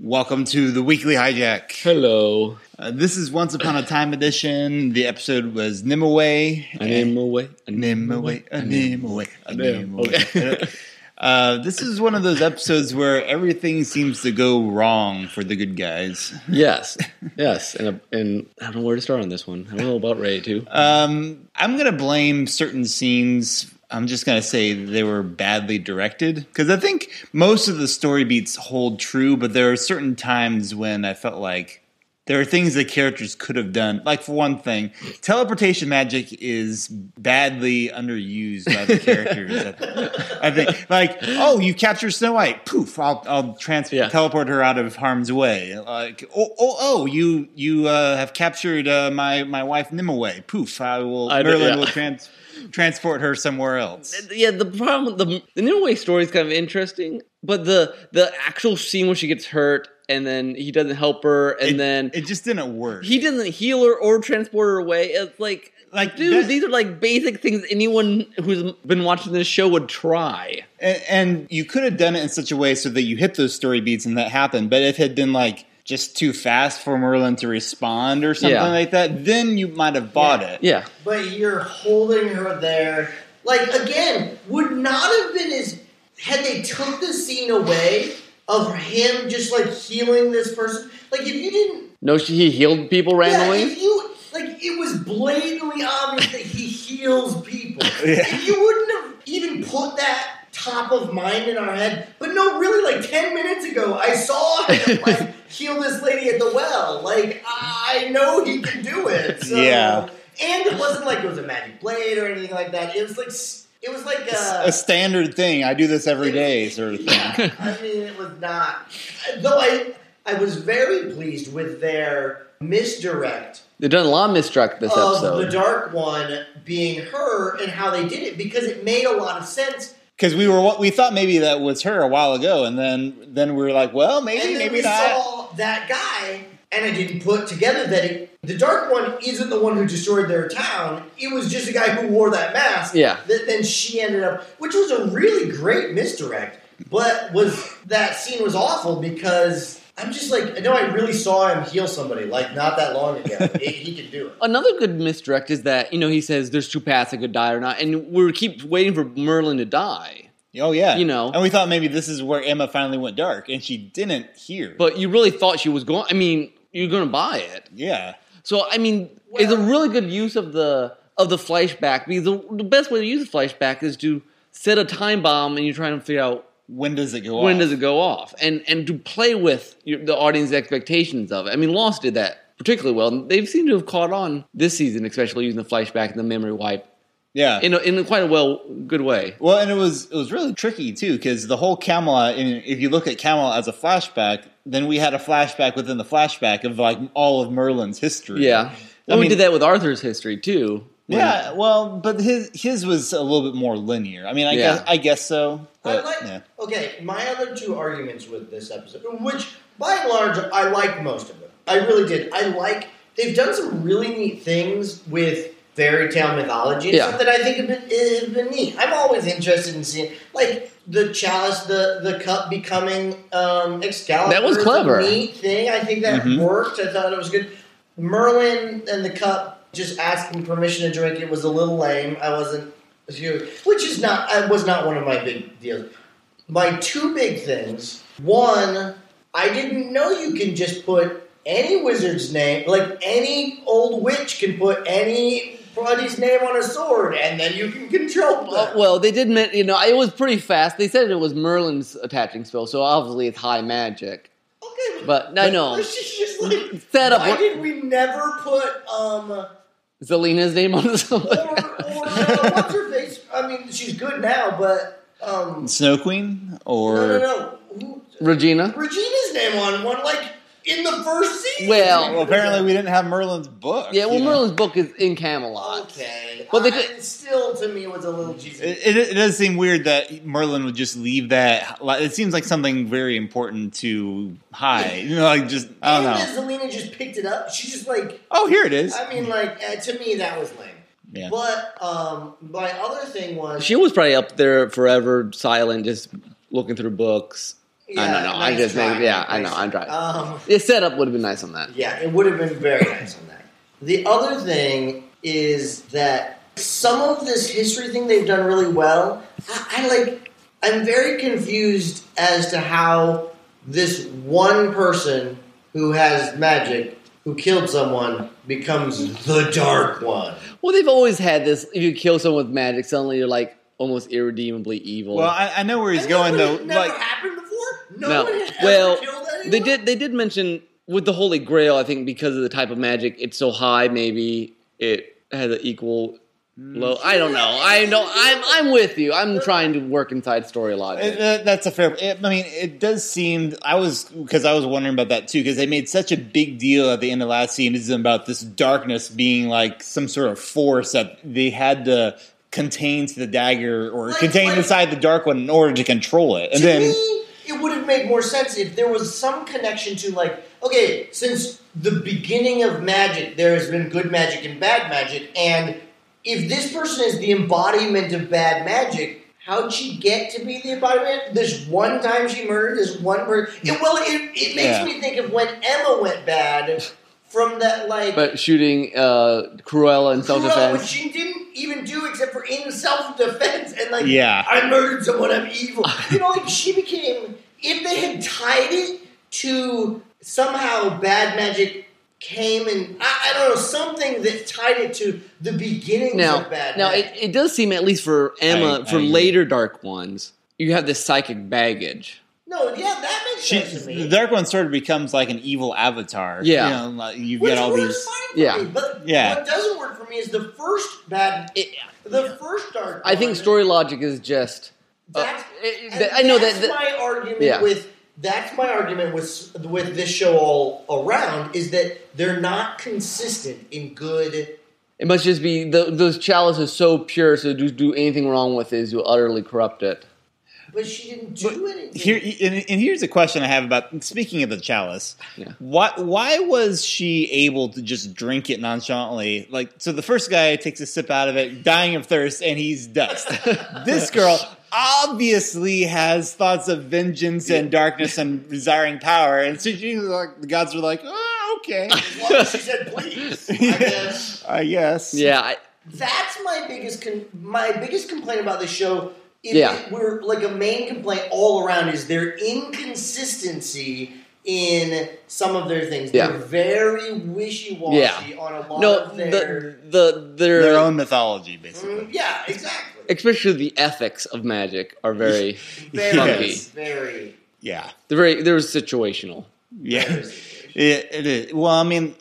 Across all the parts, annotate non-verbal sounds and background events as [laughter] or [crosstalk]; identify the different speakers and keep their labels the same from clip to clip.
Speaker 1: Welcome to the weekly hijack.
Speaker 2: Hello,
Speaker 1: Uh, this is Once Upon a Time edition. The episode was Nimue.
Speaker 2: I am away. I
Speaker 1: Name away, a name away, a name away. [laughs] Uh, this is one of those episodes where everything seems to go wrong for the good guys.
Speaker 2: [laughs] Yes, yes, and and I don't know where to start on this one. I don't know about Ray too.
Speaker 1: Um, I'm going to blame certain scenes. I'm just going to say they were badly directed because I think most of the story beats hold true, but there are certain times when I felt like there are things the characters could have done. Like, for one thing, teleportation magic is badly underused by the characters.
Speaker 2: [laughs]
Speaker 1: I think- I think, like, oh, you capture Snow White, poof, I'll, I'll trans-
Speaker 2: Yeah.
Speaker 1: teleport her out of harm's way. Like, oh, oh, oh you you uh, have captured uh, my my wife Nimue, poof, I will
Speaker 2: I know,
Speaker 1: Merlin
Speaker 2: yeah.
Speaker 1: will trans- transport her somewhere else.
Speaker 2: yeah, the problem the the new way story is kind of interesting, but the the actual scene when she gets hurt and then he doesn't help her and
Speaker 1: It-
Speaker 2: then
Speaker 1: it just didn't work.
Speaker 2: he doesn't heal her or transport her away. It's like.
Speaker 1: Like,
Speaker 2: dude,
Speaker 1: that-
Speaker 2: these are like basic things anyone who's been watching this show would try.
Speaker 1: And, and you could have done it in such a way so that you hit those story beats and that happened. But if it had been like just too fast for Merlin to respond or something
Speaker 2: Yeah.
Speaker 1: like that, then you might have bought it.
Speaker 2: Yeah,
Speaker 3: But you're holding her there. Like again, would not have been as had they took the scene away of him just like healing this person. Like if you didn't,
Speaker 2: no, she, he healed people
Speaker 3: yeah,
Speaker 2: randomly.
Speaker 3: if you like, it was blatantly obvious that he heals people.
Speaker 1: [laughs] Yeah.
Speaker 3: If you wouldn't have even put that top of mind in our head, but no, really, like ten minutes ago, I saw
Speaker 1: [laughs]
Speaker 3: him like heal this lady at the well. Like I know he can do it. So.
Speaker 1: Yeah.
Speaker 3: and it wasn't like it was a magic blade or anything like that. It was like s- it was like
Speaker 1: A
Speaker 3: uh,
Speaker 1: standard thing. I do this every day, sort of thing.
Speaker 2: [laughs]
Speaker 3: yeah, I mean, it was not. Though I, I was very pleased with their misdirect
Speaker 2: They've done a lot of misdirect this
Speaker 3: of the
Speaker 2: episode.
Speaker 3: dark one being her and how they did it because it made a lot of sense.
Speaker 1: Because we were what we thought maybe that was her a while ago, and then then we were like, well, maybe
Speaker 3: and then
Speaker 1: maybe
Speaker 3: we
Speaker 1: not.
Speaker 3: saw that guy, and I didn't put together that it, the dark one isn't the one who destroyed their town. It was just a guy who wore that mask.
Speaker 2: Yeah.
Speaker 3: That then she ended up, which was a really great misdirect, but was that scene was awful because I'm just like I know I really saw him heal somebody like not that long ago.
Speaker 2: [laughs]
Speaker 3: he, he could do it.
Speaker 2: Another good misdirect is that you know he says there's two paths that could die or not, and we keep waiting for Merlin to die.
Speaker 1: oh yeah,
Speaker 2: You know.
Speaker 1: And we thought maybe this is where Emma finally went dark, and she didn't here.
Speaker 2: But you really thought she was going. I mean, you're going to buy it.
Speaker 1: yeah,
Speaker 2: So I mean, it's a
Speaker 3: Well-
Speaker 2: really good use of the of the flashback because the, the best way to use a flashback is to set a time bomb and you're trying to figure out
Speaker 1: when does it go?
Speaker 2: when
Speaker 1: off?
Speaker 2: does it go off and and to play with your, the audience expectations of it. I mean, Lost did that particularly well. and They've seemed to have caught on this season, especially using the flashback and the memory wipe
Speaker 1: Yeah,
Speaker 2: in a, in a quite a well good way.
Speaker 1: Well, and it was it was really tricky too because the whole Camelot. And if you look at Camelot as a flashback, then we had a flashback within the flashback of like all of Merlin's history.
Speaker 2: Yeah.
Speaker 1: I
Speaker 2: Well, we
Speaker 1: mean-
Speaker 2: did that with Arthur's history too. when-
Speaker 1: yeah. Well, but his his was a little bit more linear. I mean, I
Speaker 2: Yeah.
Speaker 1: guess I guess so. But,
Speaker 3: I like.
Speaker 1: yeah.
Speaker 3: Okay, my other two arguments with this episode, which by and large I like most of them. I really did. I like. They've done some really neat things with fairy tale mythology and
Speaker 2: Yeah.
Speaker 3: stuff that I think have been, have been neat. I'm always interested in seeing like the chalice, the the cup becoming um, Excalibur.
Speaker 2: That was
Speaker 3: is a
Speaker 2: clever.
Speaker 3: neat thing. I think that
Speaker 2: Mm-hmm.
Speaker 1: Mhm.
Speaker 3: worked. I thought it was good. Merlin and the cup just asking permission to drink it was a little lame. I wasn't which is not I was not one of my big deals. My two big things. One, I didn't know you can just put any wizard's name, like any old witch can put any buddy's name on a sword, and then you can control
Speaker 2: Uh,
Speaker 3: them.
Speaker 2: well, they did, men- you know, it was pretty fast. They said it was Merlin's attaching spell, so obviously it's high magic.
Speaker 3: Okay,
Speaker 2: But I know
Speaker 3: [laughs] She's just like.
Speaker 2: Set up
Speaker 3: why
Speaker 2: what-
Speaker 3: did we never put um?
Speaker 2: Zelina's name [laughs] on
Speaker 3: or,
Speaker 2: something.
Speaker 3: or uh, what's her face? I mean, she's good now, but um,
Speaker 1: Snow Queen or
Speaker 3: no, no, no. Who,
Speaker 2: Regina.
Speaker 3: Regina's name on one, like in the first season.
Speaker 2: Well-
Speaker 1: Well, apparently we didn't have Merlin's book.
Speaker 2: Yeah, well,
Speaker 1: you know.
Speaker 2: Merlin's book is in Camelot.
Speaker 3: okay,
Speaker 2: But
Speaker 3: but
Speaker 2: they
Speaker 3: the,
Speaker 2: could-
Speaker 3: still to me was a little cheesy.
Speaker 1: It, it, it does seem weird that Merlin would just leave that. like, It seems like something very important to hide. [laughs] You know, like just I don't know.
Speaker 3: And Zelina just picked it up. She just like,
Speaker 1: Oh, here it is.
Speaker 3: I mean, like uh, to me that was lame.
Speaker 1: Yeah.
Speaker 3: But um, my other thing was
Speaker 2: She was probably up there forever, silent, just looking through books. I don't know. I
Speaker 3: nice
Speaker 2: just
Speaker 3: try.
Speaker 2: think- yeah, I
Speaker 3: Nice.
Speaker 2: know. I tried.
Speaker 3: Um,
Speaker 2: The setup would have been nice on that.
Speaker 3: yeah, it would have been very nice on that. The other thing is that some of this history thing they've done really well. I, I like. I'm very confused as to how this one person who has magic who killed someone becomes the dark one.
Speaker 2: Well, they've always had this. If you kill someone with magic, suddenly you're like almost irredeemably evil.
Speaker 1: Well, I, I know where he's
Speaker 3: And
Speaker 1: going though.
Speaker 3: that would have Never
Speaker 1: Like,
Speaker 3: happened before. No,
Speaker 2: no,
Speaker 3: one had ever
Speaker 2: well,
Speaker 3: killed anyone?
Speaker 2: they did. They did mention with the Holy Grail. I think because of the type of magic, it's so high. Maybe it has an equal. Low. I don't know. I know. I'm. I'm with you. I'm trying to work inside story
Speaker 1: it-
Speaker 2: logic.
Speaker 1: that- that's a fair. It, I mean, it does seem. I was because I was wondering about that too because they made such a big deal at the end of last season about this darkness being like some sort of force that they had to contain to the dagger or
Speaker 3: Like-
Speaker 1: contain
Speaker 3: like-
Speaker 1: inside the dark one in order to control it. And
Speaker 3: to
Speaker 1: then
Speaker 3: me, it would have made more sense if there was some connection to like, okay, since the beginning of magic, there has been good magic and bad magic, and if this person is the embodiment of bad magic. How'd she get to be the embodiment? This one time she murdered this one person. It, well, it, it makes
Speaker 1: Yeah.
Speaker 3: me think of when Emma went bad from that, like,
Speaker 2: But shooting uh, Cruella in self
Speaker 3: Cruella, which
Speaker 2: defense.
Speaker 3: she didn't even do except for in self defense and like
Speaker 1: Yeah.
Speaker 3: I murdered someone, I'm evil. you know, like she became if they had tied it to somehow bad magic came and I, I don't know, something that tied it to the beginnings
Speaker 2: Now,
Speaker 3: of bad
Speaker 2: now it,
Speaker 3: magic.
Speaker 2: it does seem at least for Emma
Speaker 1: I- I
Speaker 2: for
Speaker 1: agree.
Speaker 2: later Dark Ones, you have this psychic baggage.
Speaker 3: no, yeah, that makes
Speaker 1: she,
Speaker 3: sense to me.
Speaker 1: the dark one sort of becomes like an evil avatar.
Speaker 2: Yeah.
Speaker 1: you know, like, you've
Speaker 3: which
Speaker 1: got all
Speaker 3: works
Speaker 1: these.
Speaker 3: fine for
Speaker 2: Yeah.
Speaker 3: me, but
Speaker 1: Yeah.
Speaker 3: what doesn't work for me is the first bad
Speaker 2: It,
Speaker 3: the first dark
Speaker 2: I think
Speaker 3: one.
Speaker 2: story logic is just. uh,
Speaker 3: That's,
Speaker 2: it-
Speaker 3: and
Speaker 2: that- I know that.
Speaker 3: that's
Speaker 2: that-
Speaker 3: my argument
Speaker 2: Yeah.
Speaker 3: with that's my argument with with this show all around is that they're not consistent in good.
Speaker 2: It must just be the, those chalice is so pure, so to do anything wrong with it is to utterly corrupt it.
Speaker 3: But she didn't do
Speaker 1: But
Speaker 3: anything.
Speaker 1: Here and, and here's a question I have about speaking of the chalice.
Speaker 2: Yeah.
Speaker 1: Why why was she able to just drink it nonchalantly? Like so the first guy takes a sip out of it, dying of thirst, and he's
Speaker 2: [laughs]
Speaker 1: dust. this girl obviously has thoughts of vengeance and darkness and desiring power, and so she was like the gods were like, oh,
Speaker 2: [laughs]
Speaker 1: okay.
Speaker 3: As long as she said please. I guess.
Speaker 1: I guess.
Speaker 2: Yeah, I,
Speaker 3: That's my biggest con- my biggest complaint about the show. If
Speaker 2: Yeah.
Speaker 3: it we're like a main complaint all around is their inconsistency in some of their things.
Speaker 2: Yeah.
Speaker 3: They're very wishy washy
Speaker 2: Yeah.
Speaker 3: on a lot
Speaker 2: no,
Speaker 3: of their.
Speaker 2: the the their,
Speaker 1: Their own mythology, basically.
Speaker 2: Mm-hmm.
Speaker 3: Mm, yeah, exactly.
Speaker 2: especially the ethics of magic are very
Speaker 3: Very,
Speaker 2: funky.
Speaker 3: very.
Speaker 1: Yeah.
Speaker 2: They're very they're situational.
Speaker 1: [laughs] Yeah.
Speaker 3: very situation.
Speaker 1: It, it is. Well, I mean,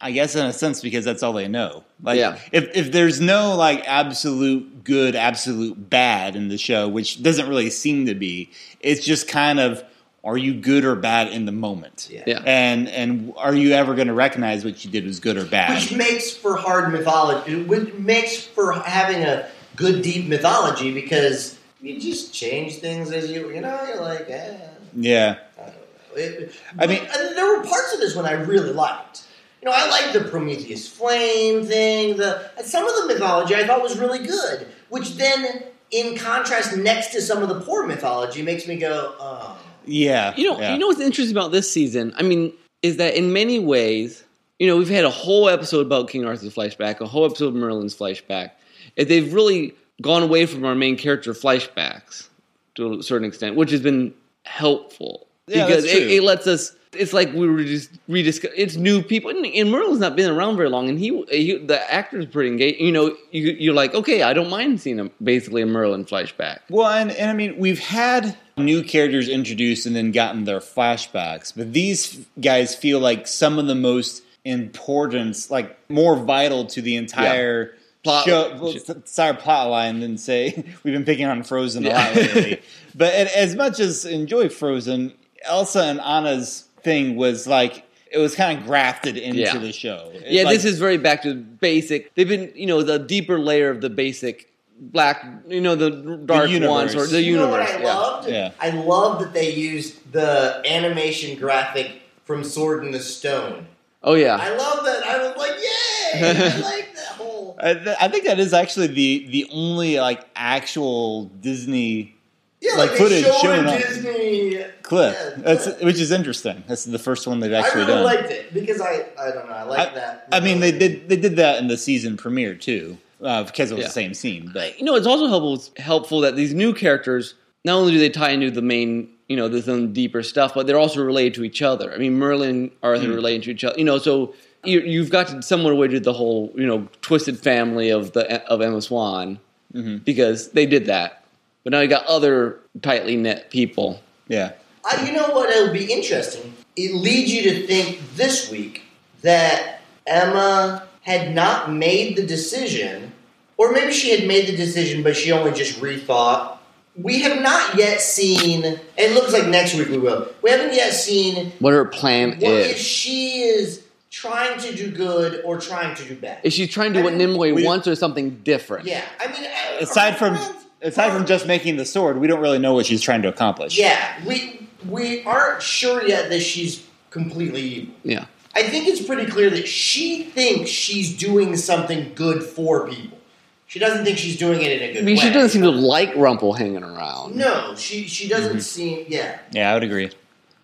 Speaker 1: I guess in a sense because that's all they know. Like,
Speaker 2: Yeah.
Speaker 1: if if there's no like absolute good, absolute bad in the show, which doesn't really seem to be, it's just kind of are you good or bad in the moment?
Speaker 3: Yeah.
Speaker 2: Yeah.
Speaker 1: And and are you ever going to recognize what you did was good or bad?
Speaker 3: Which makes for hard mythology. Which makes for having a good deep mythology because you just change things as you you know you're like. Eh,
Speaker 1: yeah.
Speaker 3: I don't know. It-
Speaker 1: I mean-
Speaker 3: and there were parts of this one I really liked. You know, I liked the Prometheus flame thing. The and some of the mythology I thought was really good, which then. In contrast, next to some of the poor mythology, makes me go, oh.
Speaker 1: Yeah.
Speaker 2: You know,
Speaker 1: Yeah.
Speaker 2: you know what's interesting about this season? I mean, is that in many ways, you know, we've had a whole episode about King Arthur's flashback, a whole episode of Merlin's flashback. If they've really gone away from our main character flashbacks to a certain extent, which has been helpful
Speaker 1: Yeah,
Speaker 2: because
Speaker 1: that's
Speaker 2: it,
Speaker 1: true.
Speaker 2: it lets us. It's like we were just rediscover. It's new people, and, and Merlin's not been around very long, and he, he the actor's pretty engaged. You know, you, you're like, okay, I don't mind seeing a, basically a Merlin flashback.
Speaker 1: Well, and, and I mean, we've had new characters introduced and then gotten their flashbacks, but these guys feel like some of the most importance, like more vital to the entire
Speaker 2: Plot-
Speaker 1: show, well, it's- it's our plot line than say [laughs] we've been picking on Frozen a lot
Speaker 2: Yeah. [laughs]
Speaker 1: lately. but a- as much as enjoy Frozen, Elsa and Anna's thing was like it was kind of grafted into
Speaker 2: Yeah.
Speaker 1: the show. It,
Speaker 2: Yeah,
Speaker 1: like,
Speaker 2: this is very back to basic. They've been, you know, the deeper layer of the basic black, you know, the dark
Speaker 1: universe.
Speaker 2: ones or the
Speaker 1: You
Speaker 3: You know what
Speaker 2: universe.
Speaker 3: I
Speaker 2: yeah.
Speaker 3: loved?
Speaker 1: Yeah.
Speaker 3: I love that they used the animation graphic from Sword in the Stone.
Speaker 2: Oh yeah,
Speaker 3: I love that. I was like, yay!
Speaker 1: [laughs]
Speaker 3: I like that whole.
Speaker 1: I, th- I think that is actually the the only like actual Disney
Speaker 3: Yeah,
Speaker 1: like,
Speaker 3: like, they
Speaker 1: footage
Speaker 3: showed
Speaker 1: showing
Speaker 3: a
Speaker 1: up.
Speaker 3: Disney
Speaker 1: clip.
Speaker 3: Yeah,
Speaker 1: That's
Speaker 3: clip.
Speaker 1: which is interesting. That's the first one they've
Speaker 3: I
Speaker 1: actually
Speaker 3: really
Speaker 1: done.
Speaker 3: liked it because I I don't know I like
Speaker 1: I-
Speaker 3: that.
Speaker 1: I mean, they did they did that in the season premiere too, uh, because it was
Speaker 2: Yeah.
Speaker 1: the same scene. But
Speaker 2: you know, it's also helpful helpful that these new characters not only do they tie into the main, you know, the some deeper stuff, but they're also related to each other. I mean, Merlin and Arthur
Speaker 1: Hmm.
Speaker 2: are related to each other. You know, so you, you've got to somewhat away to the whole, you know, twisted family of the of Emma Swan
Speaker 1: Mm-hmm.
Speaker 2: because they did that. But now you got other tightly knit people.
Speaker 1: yeah,
Speaker 3: I, you know what? It'll be interesting. It leads you to think this week that Emma had not made the decision, or maybe she had made the decision, but she only just rethought. We have not yet seen. It looks like next week we will. We haven't yet seen
Speaker 2: What her plan
Speaker 3: what
Speaker 2: is.
Speaker 3: if she is trying to do good or trying to do bad.
Speaker 2: Is she trying to do what Nimue
Speaker 1: We-
Speaker 2: wants or something different?
Speaker 3: yeah, I mean, I-
Speaker 1: aside from aside from just making the sword, we don't really know what she's trying to accomplish.
Speaker 3: yeah, we we aren't sure yet that she's completely evil.
Speaker 2: Yeah.
Speaker 3: I think it's pretty clear that she thinks she's doing something good for people. She doesn't think she's doing it in a good
Speaker 2: I mean,
Speaker 3: way.
Speaker 2: she doesn't seem to like Rumple hanging around.
Speaker 3: No, she she doesn't
Speaker 1: Mm-hmm.
Speaker 3: seem. Yeah,
Speaker 1: yeah, I would agree.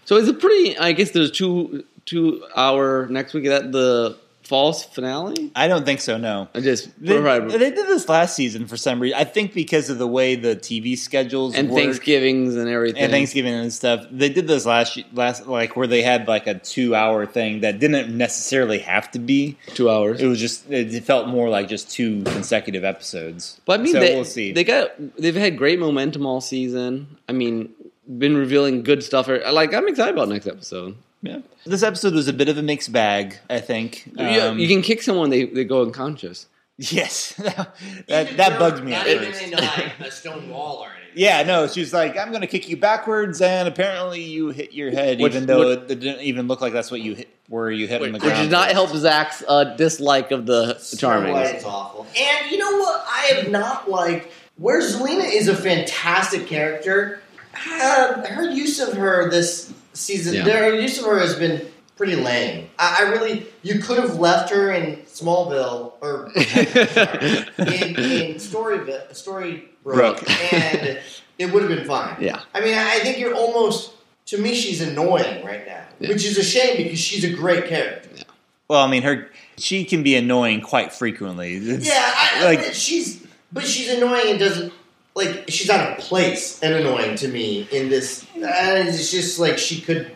Speaker 2: So it's a pretty. I guess there's two two hour next week. Is that the false finale.
Speaker 1: I don't think so. No.
Speaker 2: I just
Speaker 1: They,
Speaker 2: right.
Speaker 1: they did this last season for some reason. I think because of the way the TV schedules
Speaker 2: and
Speaker 1: work
Speaker 2: Thanksgivings and everything.
Speaker 1: and Thanksgiving and stuff. They did this last y- last like where they had like a two hour thing that didn't necessarily have to be.
Speaker 2: two hours.
Speaker 1: It was just it felt more like just two consecutive episodes.
Speaker 2: But I mean,
Speaker 1: so
Speaker 2: they,
Speaker 1: we'll see.
Speaker 2: they got they've had great momentum all season. I mean, been revealing good stuff. Like I'm excited about next episode.
Speaker 1: Yeah. This episode was a bit of a mixed bag, I think.
Speaker 2: Yeah,
Speaker 1: Um,
Speaker 2: you can kick someone they they go unconscious.
Speaker 1: [laughs] yes, that that bugged me at
Speaker 3: Not even
Speaker 1: first.
Speaker 3: in,
Speaker 1: [laughs]
Speaker 3: like, a stone wall or anything.
Speaker 1: Yeah, no, she's like, I'm going to kick you backwards, and apparently you hit your head,
Speaker 2: Which-
Speaker 1: even though
Speaker 2: which-
Speaker 1: it, it didn't even look like that's what you hit, where you hit on the
Speaker 2: Which
Speaker 1: ground.
Speaker 2: does not help Zach's uh, dislike of the
Speaker 3: Snow White
Speaker 2: Charming.
Speaker 3: is awful. And you know what? I have not liked. Where Zelina is a fantastic character, uh, her use of her this season,
Speaker 2: Yeah.
Speaker 3: her use of her has been pretty lame. I, I really, you could have left her in Smallville
Speaker 2: [laughs]
Speaker 3: or sorry, in, in Storyville, Storybrook,
Speaker 1: Brook.
Speaker 3: and it would have been fine.
Speaker 2: Yeah.
Speaker 3: I mean, I I think you're almost. To me, she's annoying right now,
Speaker 2: Yeah.
Speaker 3: which is a shame because she's a great character.
Speaker 1: well, I mean, her she can be annoying quite frequently. It's-
Speaker 3: Yeah, I, I
Speaker 1: like
Speaker 3: mean, she's but she's annoying and doesn't like she's out of place and annoying to me in this. And it's just like she could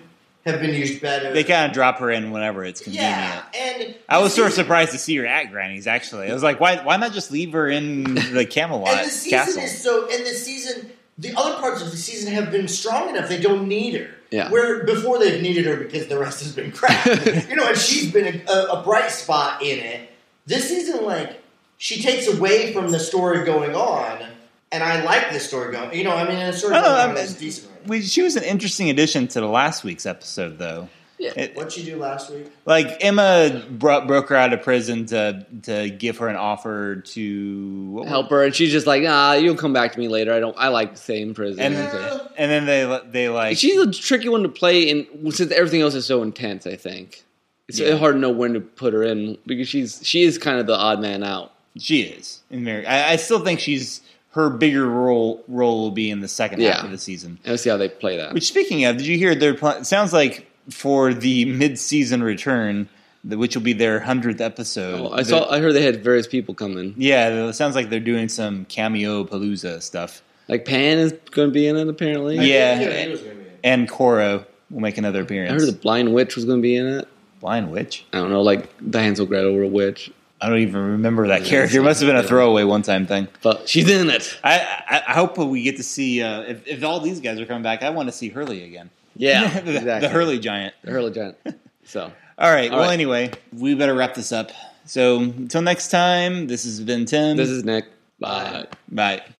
Speaker 3: have been used better.
Speaker 1: they kind of drop her in whenever it's convenient.
Speaker 3: yeah, and
Speaker 1: I was
Speaker 3: the
Speaker 1: sort of
Speaker 3: season-
Speaker 1: surprised to see her at Granny's. Actually, I was like, why? Why not just leave her in the Camelot
Speaker 3: And the season
Speaker 1: castle?
Speaker 3: is so. And the season, the other parts of the season have been strong enough. They don't need her.
Speaker 2: Yeah.
Speaker 3: Where before they've needed her because the rest has been
Speaker 1: [laughs]
Speaker 3: crap. you know, and she's been a, a, a bright spot in it. This season, like, she takes away from the story going on, and I like the story going. You know, I mean, the story
Speaker 1: I don't
Speaker 3: going
Speaker 1: know,
Speaker 3: on
Speaker 1: Oh, I'm-
Speaker 3: is decent. Right?
Speaker 1: We, she was an interesting addition to the last week's episode, though.
Speaker 2: Yeah.
Speaker 1: It-
Speaker 3: What you do last week?
Speaker 1: like Emma brought, broke her out of prison to to give her an offer to what
Speaker 2: Help her, and she's just like, ah, you'll come back to me later. I don't. I like to stay in prison.
Speaker 1: And,
Speaker 2: Okay.
Speaker 1: and then they they like
Speaker 2: She's a tricky one to play, and since everything else is so intense, I think it's
Speaker 1: Yeah.
Speaker 2: hard to know when to put her in because she's she is kind of the odd man out.
Speaker 1: she is in Mary. I, I still think she's her bigger role role will be in the second half
Speaker 2: Yeah.
Speaker 1: of the season.
Speaker 2: And we'll see how they play that.
Speaker 1: Which speaking of, did you hear their plan? Sounds like for the mid season return, the- which will be their hundredth episode.
Speaker 2: Oh, I saw. I heard they had various people coming.
Speaker 1: Yeah, it sounds like they're doing some cameo palooza stuff.
Speaker 2: Like Pan is going to be in it apparently.
Speaker 1: Yeah.
Speaker 3: I didn't know he was gonna be in.
Speaker 1: And Coro will make another
Speaker 2: I
Speaker 1: appearance.
Speaker 2: heard the Blind Witch was going to be in it.
Speaker 1: Blind witch.
Speaker 2: I don't know, like the Hansel Gretel or a witch,
Speaker 1: I don't even remember that
Speaker 2: Yeah,
Speaker 1: character. It must have been a
Speaker 2: yeah.
Speaker 1: throwaway one time thing.
Speaker 2: but she's in it.
Speaker 1: I, I, I hope we get to see uh, if, if all these guys are coming back. I want to see Hurley again. [laughs]
Speaker 2: Yeah,
Speaker 1: the,
Speaker 2: exactly.
Speaker 1: the Hurley giant.
Speaker 2: the Hurley Giant. So
Speaker 1: All right.
Speaker 2: All
Speaker 1: well,
Speaker 2: right.
Speaker 1: anyway, we better wrap this up. So until next time, this has been Tim.
Speaker 2: this is Nick. Bye.
Speaker 1: bye.